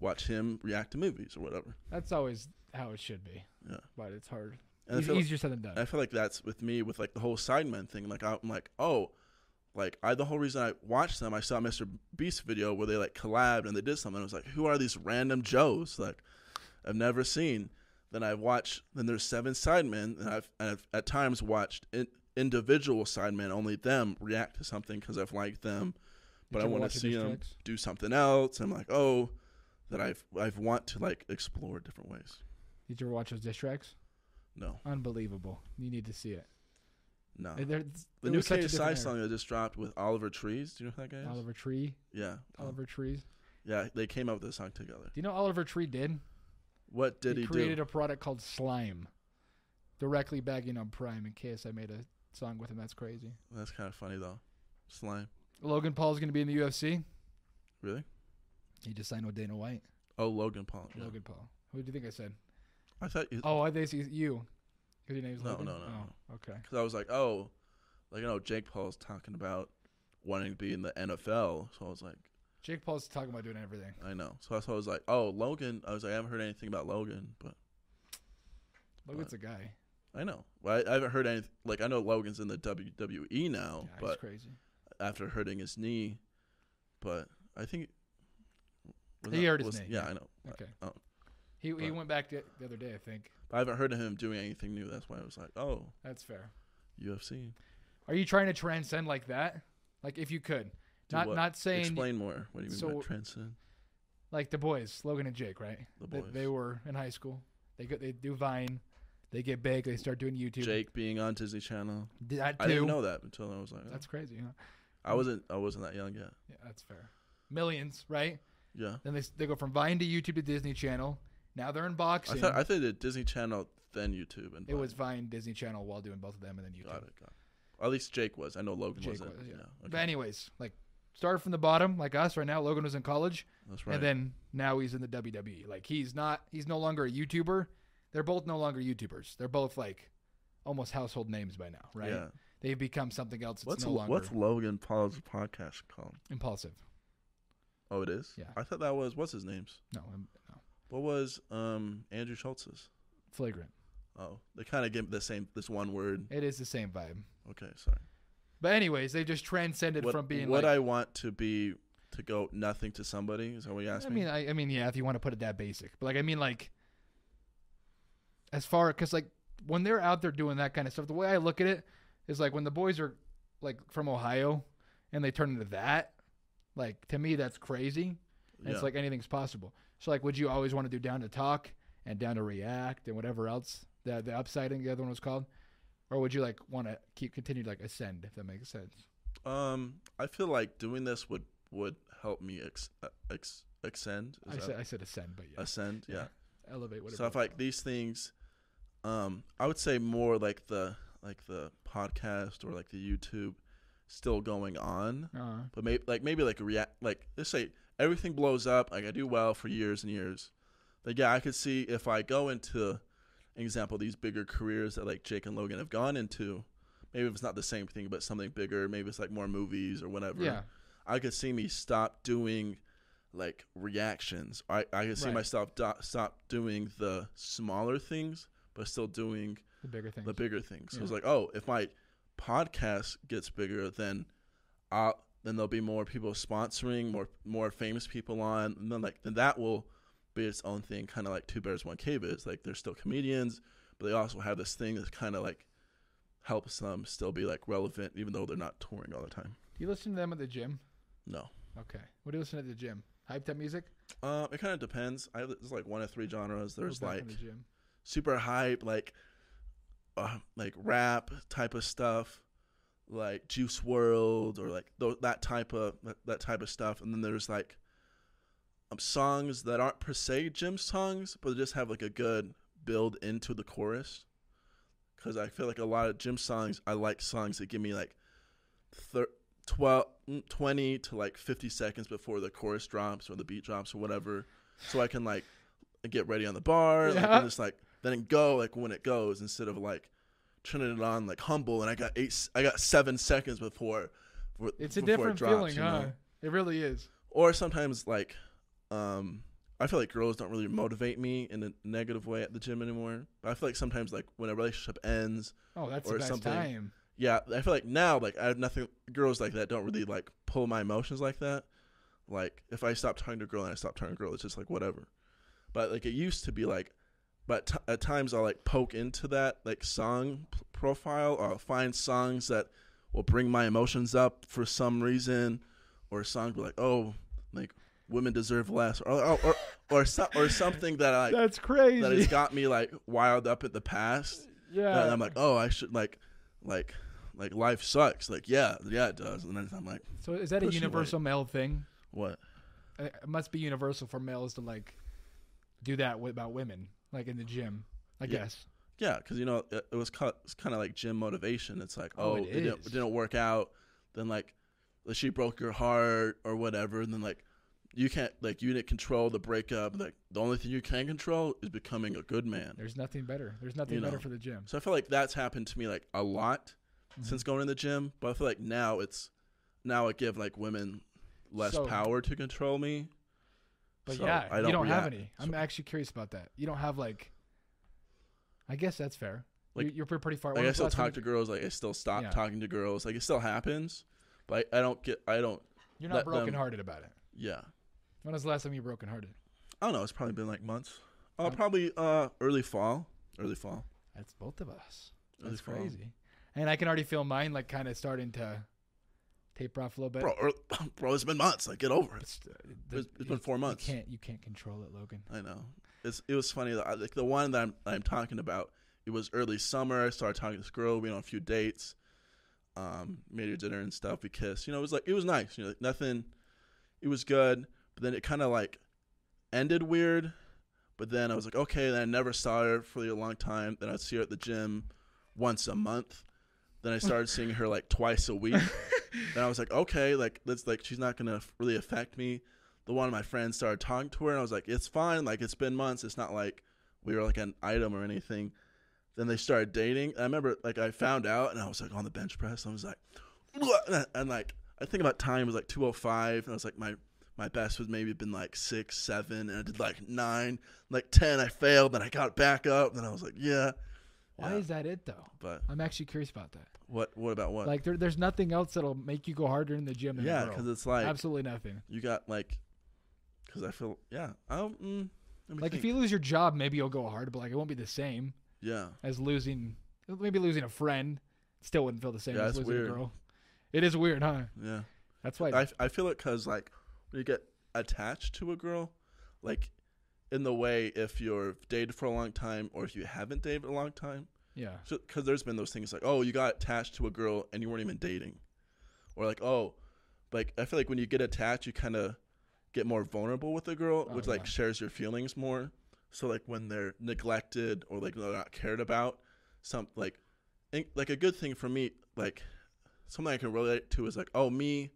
watch him react to movies or whatever.
That's always how it should be.
Yeah.
But it's hard.
And I
it's
feel-
easier said than done.
And I feel like that's with me with like the whole Sidemen thing. Like I'm like, oh, like I the whole reason I watched them, I saw Mr. Beast video where they like collabed and they did something. I was like, who are these random Joes? Like I've never seen. Then I watch. Then there's seven Sidemen, and I've, and I've at times watched in, individual Sidemen, only them react to something because I've liked them,
Did
but I
you ever
want
watch
to
the
see um,
diss
them
tracks?
do something else. I'm like, oh, that I've I've want to like explore different ways.
Did you ever watch those diss tracks?
No,
Unbelievable. You need to see it.
no.
There-
Uh, The
it
new
was such a
KSI
different era.
song that just dropped with Oliver Trees. Do you know who that guy is?
Oliver Tree.
Yeah. Oh,
Oliver Trees.
Yeah, they came out with this song together.
Do you know what Oliver Tree did?
What did he,
created
do?
a product called Slime, directly bagging on Prime. In case I made a song with him, that's crazy.
That's kind of funny though. Slime.
Logan Paul's going to be in the UFC.
Really?
He just signed with Dana White.
Oh, Logan Paul. yeah.
Logan Paul. Who do you think I said?
I thought you,
Oh, I think it's you. Because your name's
No,
Logan.
no, no,
Oh, okay.
cause I was like, oh, like I know Jake Paul's talking about wanting to be in the NFL, so I was like,
Jake Paul's talking about doing everything.
I know. So that's why I was like, oh, Logan. I was like, I haven't heard anything about Logan, but
Logan's a guy.
I know. Well, I, I haven't heard anything. Like I know Logan's in the WWE now,
Yeah, he's
Oh, but
crazy.
after hurting his knee, but I think was
He
that-
hurt his
was-
knee,
Yeah,
yeah.
I know.
Okay.
Oh.
He, he
But-
went back the, the other day, I think.
But I haven't heard of him doing anything new. That's why I was like, oh,
That's fair.
UFC.
Are you trying to transcend like that? Like if you could,
Do
not
what?
not saying
Explain more. What do you mean
So-
by transcend?
like the boys, Logan and Jake, right?
The
They-
boys.
They, were in high school. They go, they do Vine. They get big. They start doing YouTube.
Jake being on Disney Channel.
Did that
I didn't
too.
know that until I was like, oh.
That's crazy. Huh?
I wasn't. I wasn't that young yet.
Yeah, that's fair. Millions, right?
Yeah.
Then they s- they go from Vine to YouTube to Disney Channel. Now they're in
I
boxing.
thought. I thought it Disney Channel then YouTube and
it was
Vine.
Vine, Disney Channel, while doing both of them, and then YouTube.
Got it. Got it. At least Jake was. I know Logan
Jake
wasn't.
was, yeah. But
Okay.
anyways, like start from the bottom, like us right now. Logan was in college,
That's right.
and then now he's in the WWE. Like he's not, he's no longer a YouTuber. They're both no longer YouTubers. They're both like almost household names by now, right?
Yeah.
They've become something else. It's
What's
no longer
What's Logan Paul's podcast called?
impulsive.
Oh, it is.
Yeah.
I thought that was what's his name's.
No, um, no,
What was um Andrew Schultz's?
flagrant.
Oh, they kind of give the same this one word.
It is the same vibe.
Okay, sorry.
But anyways, they just transcended
What,
from being
what
like.
I want to be to go nothing to somebody is that what you asked
I
me.
mean, I, I mean, yeah, if you want to put it that basic, but like, I mean, like, as far because like when they're out there doing that kind of stuff, the way I look at it is like when the boys are like from Ohio and they turn into that, like to me that's crazy. And
Yeah.
It's like anything's possible. So like, would you always want to do down to talk and down to react and whatever else that the upside and the other one was called, or would you like want to keep continue to like ascend if that makes sense?
Um, I feel like doing this would would help me ex, uh, ex ascend. Is
I
that-
said I said ascend, but yeah,
ascend. Yeah.
elevate whatever.
So if
it's
like
called.
these things, um, I would say more like the like the podcast or like the YouTube still going on,
Uh-huh.
but maybe like maybe like react like let's say everything blows up. Like I do well for years and years. But yeah, I could see if I go into, example, these bigger careers that like Jake and Logan have gone into. Maybe if it's not the same thing, but something bigger. Maybe it's like more movies or whatever.
yeah,
I could see me stop doing like reactions. I, I could see
Right.
myself do- stop doing the smaller things, but still doing
the bigger thing.
the bigger things. So it's
Yeah.
like, oh, if my podcast gets bigger, then I'll, then there'll be more people sponsoring, more more famous people on, and then like then that will be its own thing, kind of like Two Bears One Cave is. Like they're still comedians, but they also have this thing that kind of like helps them still be like relevant, even though they're not touring all the time.
Do you listen to them at the gym?
No.
Okay. What do you listen to at the gym? Hyped up music?
Um, it kind of depends. I have, there's like one of three genres. There's
Or back
like
in the gym.
super hype, like uh, like rap type of stuff, like Juice World or like th- that type of that, that type of stuff. And then there's like um, songs that aren't per se gym songs, but they just have like a good build into the chorus. Because I feel like a lot of gym songs, I like songs that give me like thir- 12, mm, 20 to like 50 seconds before the chorus drops or the beat drops or whatever. So I can like get ready on the bar like,
Yeah.
and just like then go like when it goes instead of like turning it on like humble and I got eight, s- I got seven seconds before. for-
It's a
before it
different
drops,
feeling,
you
huh?
know?
It really is.
or sometimes like um i feel like girls don't really motivate me in a negative way at the gym anymore but i feel like sometimes like when a relationship ends
Oh, that's
Or
the best
something.
time.
yeah i feel like now like i have nothing girls like that don't really like pull my emotions like that like if i stop talking to a girl and i stop talking to a girl it's just like whatever but like it used to be like but t- at times i'll like poke into that like song p- profile or i'll find songs that will bring my emotions up for some reason or a song be like oh like women deserve less or or or, or, so- or something that i
that's
that has
crazy.
got me like wild up at the past and
yeah.
I'm like, oh, I should like, like, like life sucks. Like, yeah, yeah, it does. And then I'm like,
So is that a
pussy
universal male thing?
what?
Uh, It must be universal for males to like do that wi- about women, like in the gym. I
Yeah.
guess.
Yeah, because you know it, it was kind of, it's kind of like gym motivation. It's like,
Oh,
oh,
it
it, didn't,
is.
it didn't work out. Then like, like, she broke your heart or whatever. And then like, you can't like you didn't control the breakup. Like the only thing you can control is becoming a good man.
There's nothing better. There's nothing
You
better
know.
for the gym.
So I feel like that's happened to me like a lot
Mm-hmm.
since going to the gym. But I feel like now it's now I give like women less
So-
power to control me.
But
So
yeah,
I
you
don't
don't have
react.
any.
So-
I'm actually curious about that. You don't have like. I guess that's fair.
Like-
You- you're, pretty far.
Like
when
I
was the
still
last time-
talk to girls. Like I still stop
Yeah.
talking to girls. Like it still happens, but I, I don't get. I don't.
You're not
let them-
brokenhearted about it.
Yeah,
When was the last time you were brokenhearted?
I don't know. It's probably been like months. Uh,
Um,
probably uh early fall. Early fall.
That's both of us.
Early
That's
fall.
crazy. And I can already feel mine like kind of starting to taper off a little bit.
Bro, ear- bro, it's been months. Like get over it.
It's,
It's- it's been four months.
You can't you can't control it, Logan.
I know. It's it was funny. that I- Like the one that I'm I'm talking about. It was early summer. I started talking to this girl. We went on a few dates. Um, made her dinner and stuff. We kissed. You know, it was like it was nice. You know, like nothing. It was good. But then it kind of like ended weird. But then I was like, okay. Then I never saw her for a long time. Then I'd see her at the gym once a month. Then I started seeing her like twice a week. then I was like, okay, like that's like she's not gonna really affect me. The one of my friends started talking to her, and I was like, it's fine. Like it's been months. It's not like we were like an item or anything. Then they started dating. I remember like I found out, and I was like on the bench press. And I was like, "What?" and, I- and, like I think about time it was like two oh five, and I was like my. My best was maybe been like six, seven, and I did like nine, like ten. I failed, then I got back up, then I was like, yeah.
Why
Yeah.
is that it though?
But
I'm actually curious about that.
what? What about what?
Like there, there's nothing else that'll make you go harder in the gym. Than
yeah,
a girl.
because it's like
absolutely nothing.
You got like, because I feel yeah. I don't. Mm, let me
Like if
think.
you lose your job, maybe you'll go hard, but like it won't be the same
yeah,
as losing. Maybe losing a friend still wouldn't feel the same
Yeah,
as
it's
losing a
weird.
girl. It is weird, huh?
yeah.
That's why.
I, I feel it because like when you get attached to a girl, like in the way if you're dated for a long time or if you haven't dated a long time,
yeah.
because there's been those things like oh you got attached to a girl and you weren't even dating, or like oh, like I feel like when you get attached you kind of get more vulnerable with a girl,
Oh,
which like
yeah.
shares your feelings more. So like when they're neglected or like they're not cared about, some like, in, like a good thing for me like something I can relate to is like oh me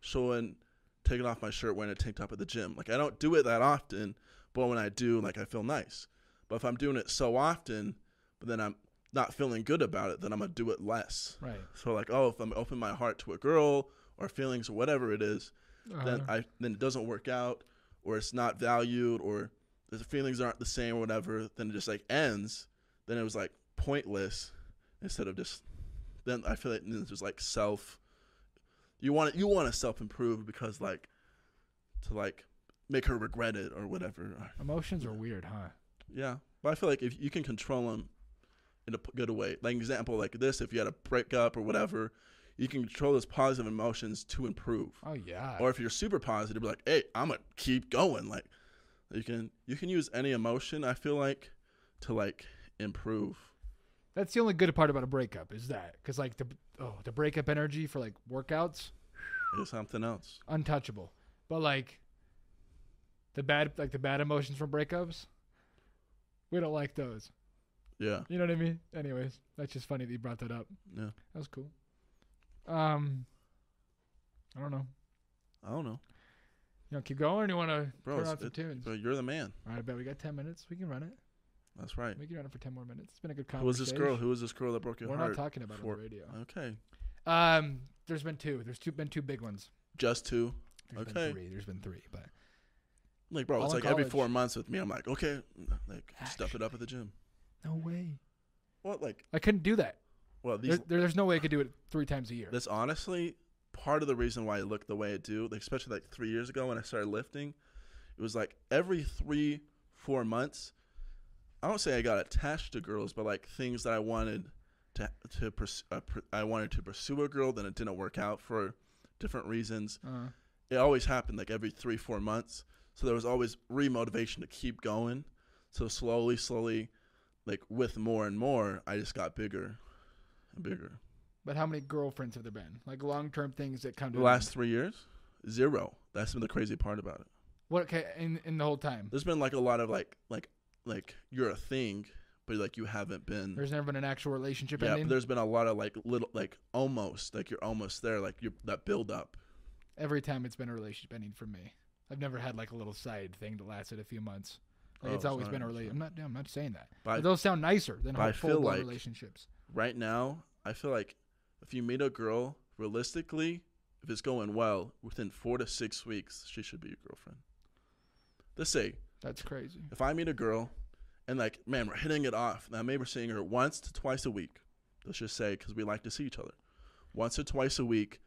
showing taking off my shirt wearing a tank top at the gym. Like I don't do it that often, but when I do, like I feel nice. But if I'm doing it so often, but then I'm not feeling good about it, then I'm gonna do it less.
Right.
So like, oh, if I'm open my heart to a girl or feelings or whatever it is, then
Uh,
I then it doesn't work out or it's not valued or the feelings aren't the same or whatever, then it just like ends. Then it was like pointless instead of just then I feel like it's just like self you want you want to self improve because like to like make her regret it or whatever. Uh,
Emotions are weird, huh?
Yeah, but I feel like if you can control them in a p- good way, like example like this, if you had a breakup or whatever, you can control those positive emotions to improve.
Oh yeah.
Or if you're super positive, be like, hey, I'm gonna keep going. Like you can you can use any emotion. I feel like to like improve.
That's the only good part about a breakup is that because like the oh the breakup energy for like workouts
It's something else.
untouchable, but like the bad like the bad emotions from breakups, we don't like those.
Yeah,
You know what I mean? Anyways, that's just funny that you brought that up.
yeah.
That was cool. Um, I don't know.
I don't know,
You want to keep going, or do you want to
Bro,
turn
it's-
off the
it-
tunes?
but you're the man.
All right, I bet we got ten minutes. We can run it.
That's right.
We can run it for ten more minutes. It's been a good
Who was
conversation.
this girl? Who was this girl that broke your
We're not
heart?
talking about it on
for-
the radio.
okay,
Um, there's been two. There's two been two big ones.
just two.
There's
Okay.
been three. There's been three, but
Like, bro,
All
it's
in
like every
college.
four months with me. I'm like, okay, like step it up
Actually.
at the gym.
no way.
What like?
I couldn't do that.
Well,
There,
these
there- there's no way I could do it three times a year.
That's honestly part of the reason why it looked the way it do. Like especially like three years ago when I started lifting, it was like every three, four months. I don't say I got attached to girls, but like things that I wanted to to pursue, uh, pr- I wanted to pursue a girl, then it didn't work out for different reasons.
Uh,
It always happened like every three, four months. So there was always remotivation to keep going. So slowly, slowly, like with more and more, I just got bigger and bigger.
but how many girlfriends have there been? Like long term things that come to
The
an
last
end.
three years, zero. That's been the crazy part about it.
What? Okay, in in the whole time,
There's been like a lot of like like like you're a thing, but like you haven't been.
there's never been an actual relationship
yeah, but
ending.
there's been a lot of like little like almost like you're almost there like you that build up.
Every time it's been a relationship ending for me. I've never had like a little side thing that lasted a few months. Like
Oh,
it's always
sorry,
been a
I'm
relationship. I'm not. I'm not saying that.
But I-
But those sound nicer than
but I
whole
feel
full blown
like-
relationships.
Right now, I feel like if you meet a girl realistically, if it's going well, within four to six weeks, she should be your girlfriend. Let's say
That's crazy.
if I meet a girl and like, man, we're hitting it off. Now, maybe we're seeing her once to twice a week. Let's just say, because we like to see each other once or twice a week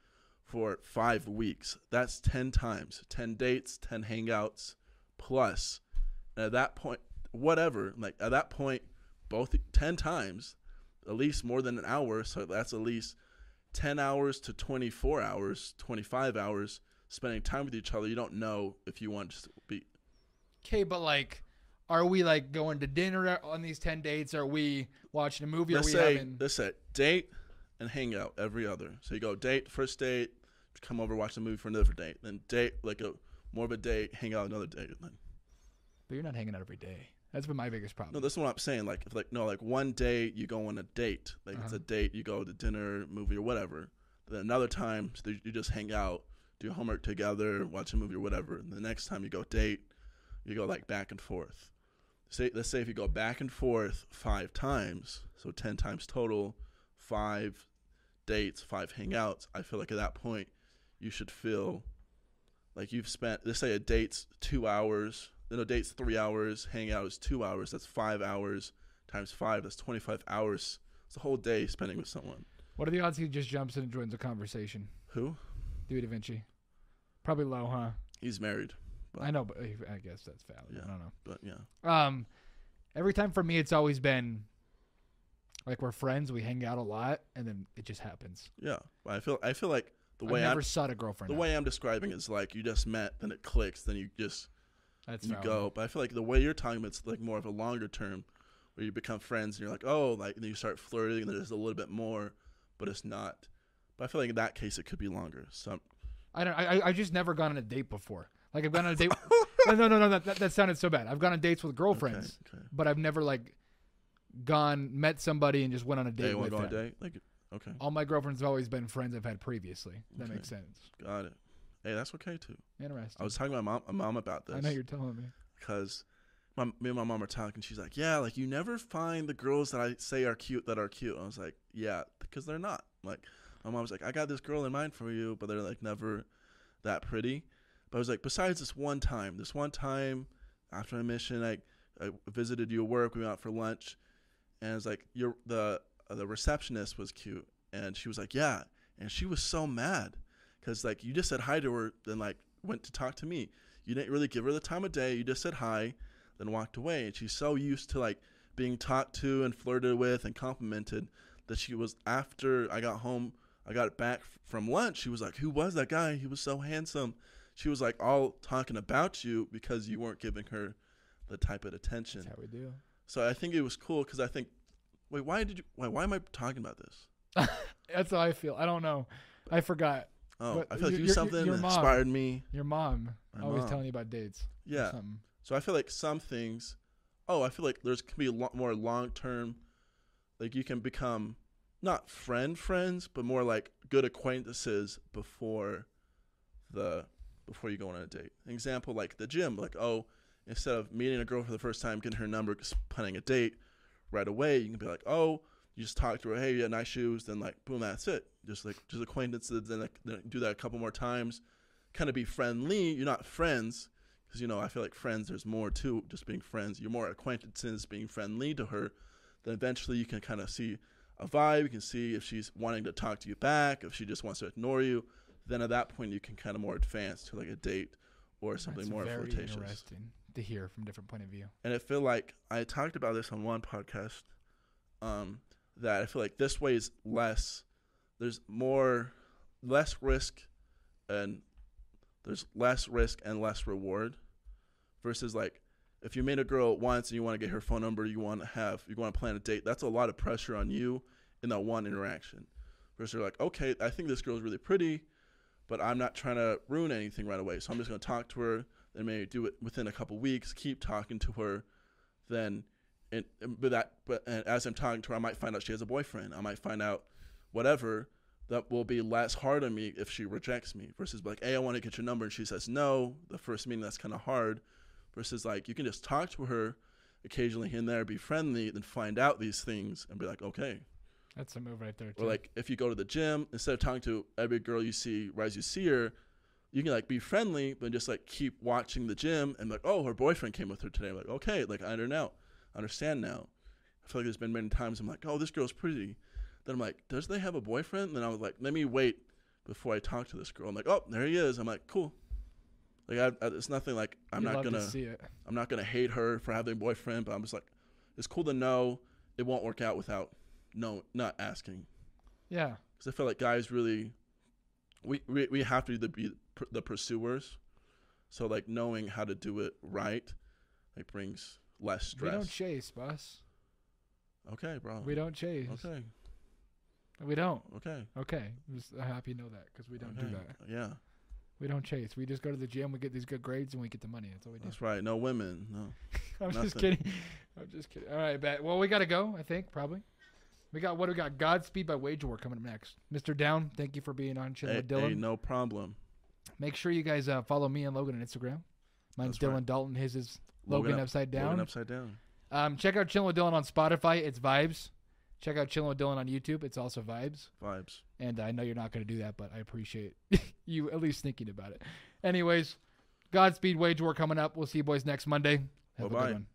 for five weeks. That's 10 times, 10 dates, 10 hangouts plus. And at that point, whatever, like at that point, both 10 times, at least more than an hour. So that's at least 10 hours to 24 hours, 25 hours spending time with each other. You don't know if you want to be
Okay, but like, are we like going to dinner on these ten dates? Are we watching a movie? Are
let's
we
say
having?
let's say date and hang out every other. So you go date first date, come over watch the movie for another date, then date like a more of a date, hang out another date. Like,
But you're not hanging out every day. That's been my biggest problem.
no, that's what I'm saying. Like if like no like one day you go on a date, like it's a date you go to dinner, movie or whatever. Then another time so you just hang out, do homework together, watch a movie or whatever. And the next time you go date, you go like back and forth. Say let's say if you go back and forth five times, so ten times total, five dates, five hangouts, I feel like at that point you should feel like you've spent let's say a date's two hours, then a date's three hours, hangout is two hours, that's five hours times five, that's twenty five hours. It's a whole day spending with someone.
What are the odds he just jumps in and joins a conversation?
Who?
Dewey Da Vinci. Probably low, huh?
He's married.
I know, but I guess that's valid.
Yeah.
I don't know.
But yeah.
Um, every time for me, it's always been like we're friends, we hang out a lot, and then it just happens.
Yeah. But I feel I feel like the way
I've never
I'm
sought a girlfriend.
the
out.
way I'm describing is like you just met, then it clicks, then you just
that's
you
valid.
go. But I feel like the way you're talking about it's like more of a longer term where you become friends and you're like, oh, like and then you start flirting and there's a little bit more, but it's not. But I feel like in that case it could be longer. Some
I don't. I I I've just never gone on a date before. Like I've gone on a date. no, no, no, no. That, that that sounded so bad. I've gone on dates with girlfriends,
Okay, okay.
but I've never like gone met somebody and just went on a date
Hey, want
with
to go
them.
on a date? Like, okay,
All my girlfriends have always been friends I've had previously. That
Okay.
makes sense.
got it. Hey, that's okay too. I
Interesting.
was talking to my mom, my mom about
I know
this
you're telling me.
because my, me and my mom are talking. She's like, "Yeah, like you never find the girls that I say are cute that are cute." I was like, "Yeah, because they're not." Like, my mom was like, "I got this girl in mind for you, but they're like never that pretty." But I was like, besides this one time, this one time after my mission, I, I visited you at work. We went out for lunch, and I was like, "Your the the receptionist was cute," and she was like, "Yeah," and she was so mad because like you just said hi to her, then like went to talk to me. You didn't really give her the time of day. You just said hi, then walked away. And she's so used to like being talked to and flirted with and complimented that she was after I got home, I got back f- from lunch. She was like, "Who was that guy? He was so handsome." She was like all talking about you because you weren't giving her the type of attention.
That's how we do.
So I think it was cool because I think, wait, why did you? Why, why am I talking about this?
That's how I feel. I don't know. I forgot.
Oh,
But
I feel like
your-
you
your-
did something
your
that
mom.
inspired me.
Your mom
My
always
mom.
telling you about dates. or
Yeah.
something.
So I feel like some things. Oh, I feel like there's can be a lot more long term. Like you can become not friend friends, but more like good acquaintances before the before you go on a date. An example like the gym. Like oh, instead of meeting a girl for the first time, getting her number, just planning a date right away, you can be like oh. You just talk to her. Hey, yeah, nice shoes. Then like, boom, that's it. Just like, just acquaintances. Then like, then do that a couple more times. Kind of be friendly. You're not friends, because you know I feel like friends. There's more to just being friends. You're more acquaintances, being friendly to her. Then eventually you can kind of see a vibe. You can see if she's wanting to talk to you back, if she just wants to ignore you. Then at that point you can kind of more advance to like a date or something
That's
more
very
flirtatious.
interesting to hear from different point of view.
And I feel like I talked about this on one podcast. Um, that I feel like this way is less. There's more, less risk, and there's less risk and less reward. Versus like, if you meet a girl once and you want to get her phone number, you want to have, you want to plan a date. That's a lot of pressure on you in that one interaction. Versus you're like, okay, I think this girl's really pretty, but I'm not trying to ruin anything right away. So I'm just going to talk to her and maybe do it within a couple weeks. Keep talking to her, then, and, and- but that but and as I'm talking to her, I might find out she has a boyfriend. I might find out whatever that will be less hard on me if she rejects me versus like, hey, I want to get your number, and she says no. The first meeting that's kind of hard. Versus like you can just talk to her occasionally here and there, be friendly, then find out these things and be like, okay,
That's a move right there. Too.
or like if you go to the gym, instead of talking to every girl you see, right as you see her, you can like be friendly, but just like keep watching the gym and like, oh, her boyfriend came with her today. like, okay, like I don't know, I understand now. I feel like there's been many times I'm like, oh, this girl's pretty. Then I'm like, does they have a boyfriend? then I was like, let me wait before I talk to this girl. I'm like, oh, there he is. I'm like, cool. Like I, I, it's nothing like I'm
You
not
love
gonna.
to see it.
I'm not gonna hate her for having a boyfriend, but I'm just like, it's cool to know it won't work out without no not asking
Yeah,
because I feel like guys really, we we, we have to be the, be the pursuers. So like knowing how to do it right, like brings less
we don't
stress.
chase, boss.
okay, bro.
We don't chase.
Oh, Okay,
We don't.
okay.
Okay, I'm just happy you know that because we don't
okay.
do that.
Yeah,
We don't chase. We just go to the gym. We get these good grades and we get the money. That's all we do.
that's right. No women. No.
I'm just
nothing.
kidding. I'm just kidding. All right, bet. Well, we gotta go. I think probably. We got what do we got. Godspeed by Wage War coming up next. Mr. Down, thank you for being on Chilling
Hey,
with Dylan.
hey, no problem.
Make sure you guys uh, follow me and Logan on Instagram. Mine's
That's
Dylan
right.
Dalton. His is Logan,
up-
upside down.
Logan upside down.
Um, check out Chilling with Dylan on Spotify. It's Vibes. Check out Chilling with Dylan on YouTube. It's also Vibes.
Vibes.
And I know you're not going to do that, but I appreciate you at least thinking about it. Anyways, Godspeed Wage War coming up. We'll see you boys next Monday. Have a
Bye-bye.
good one.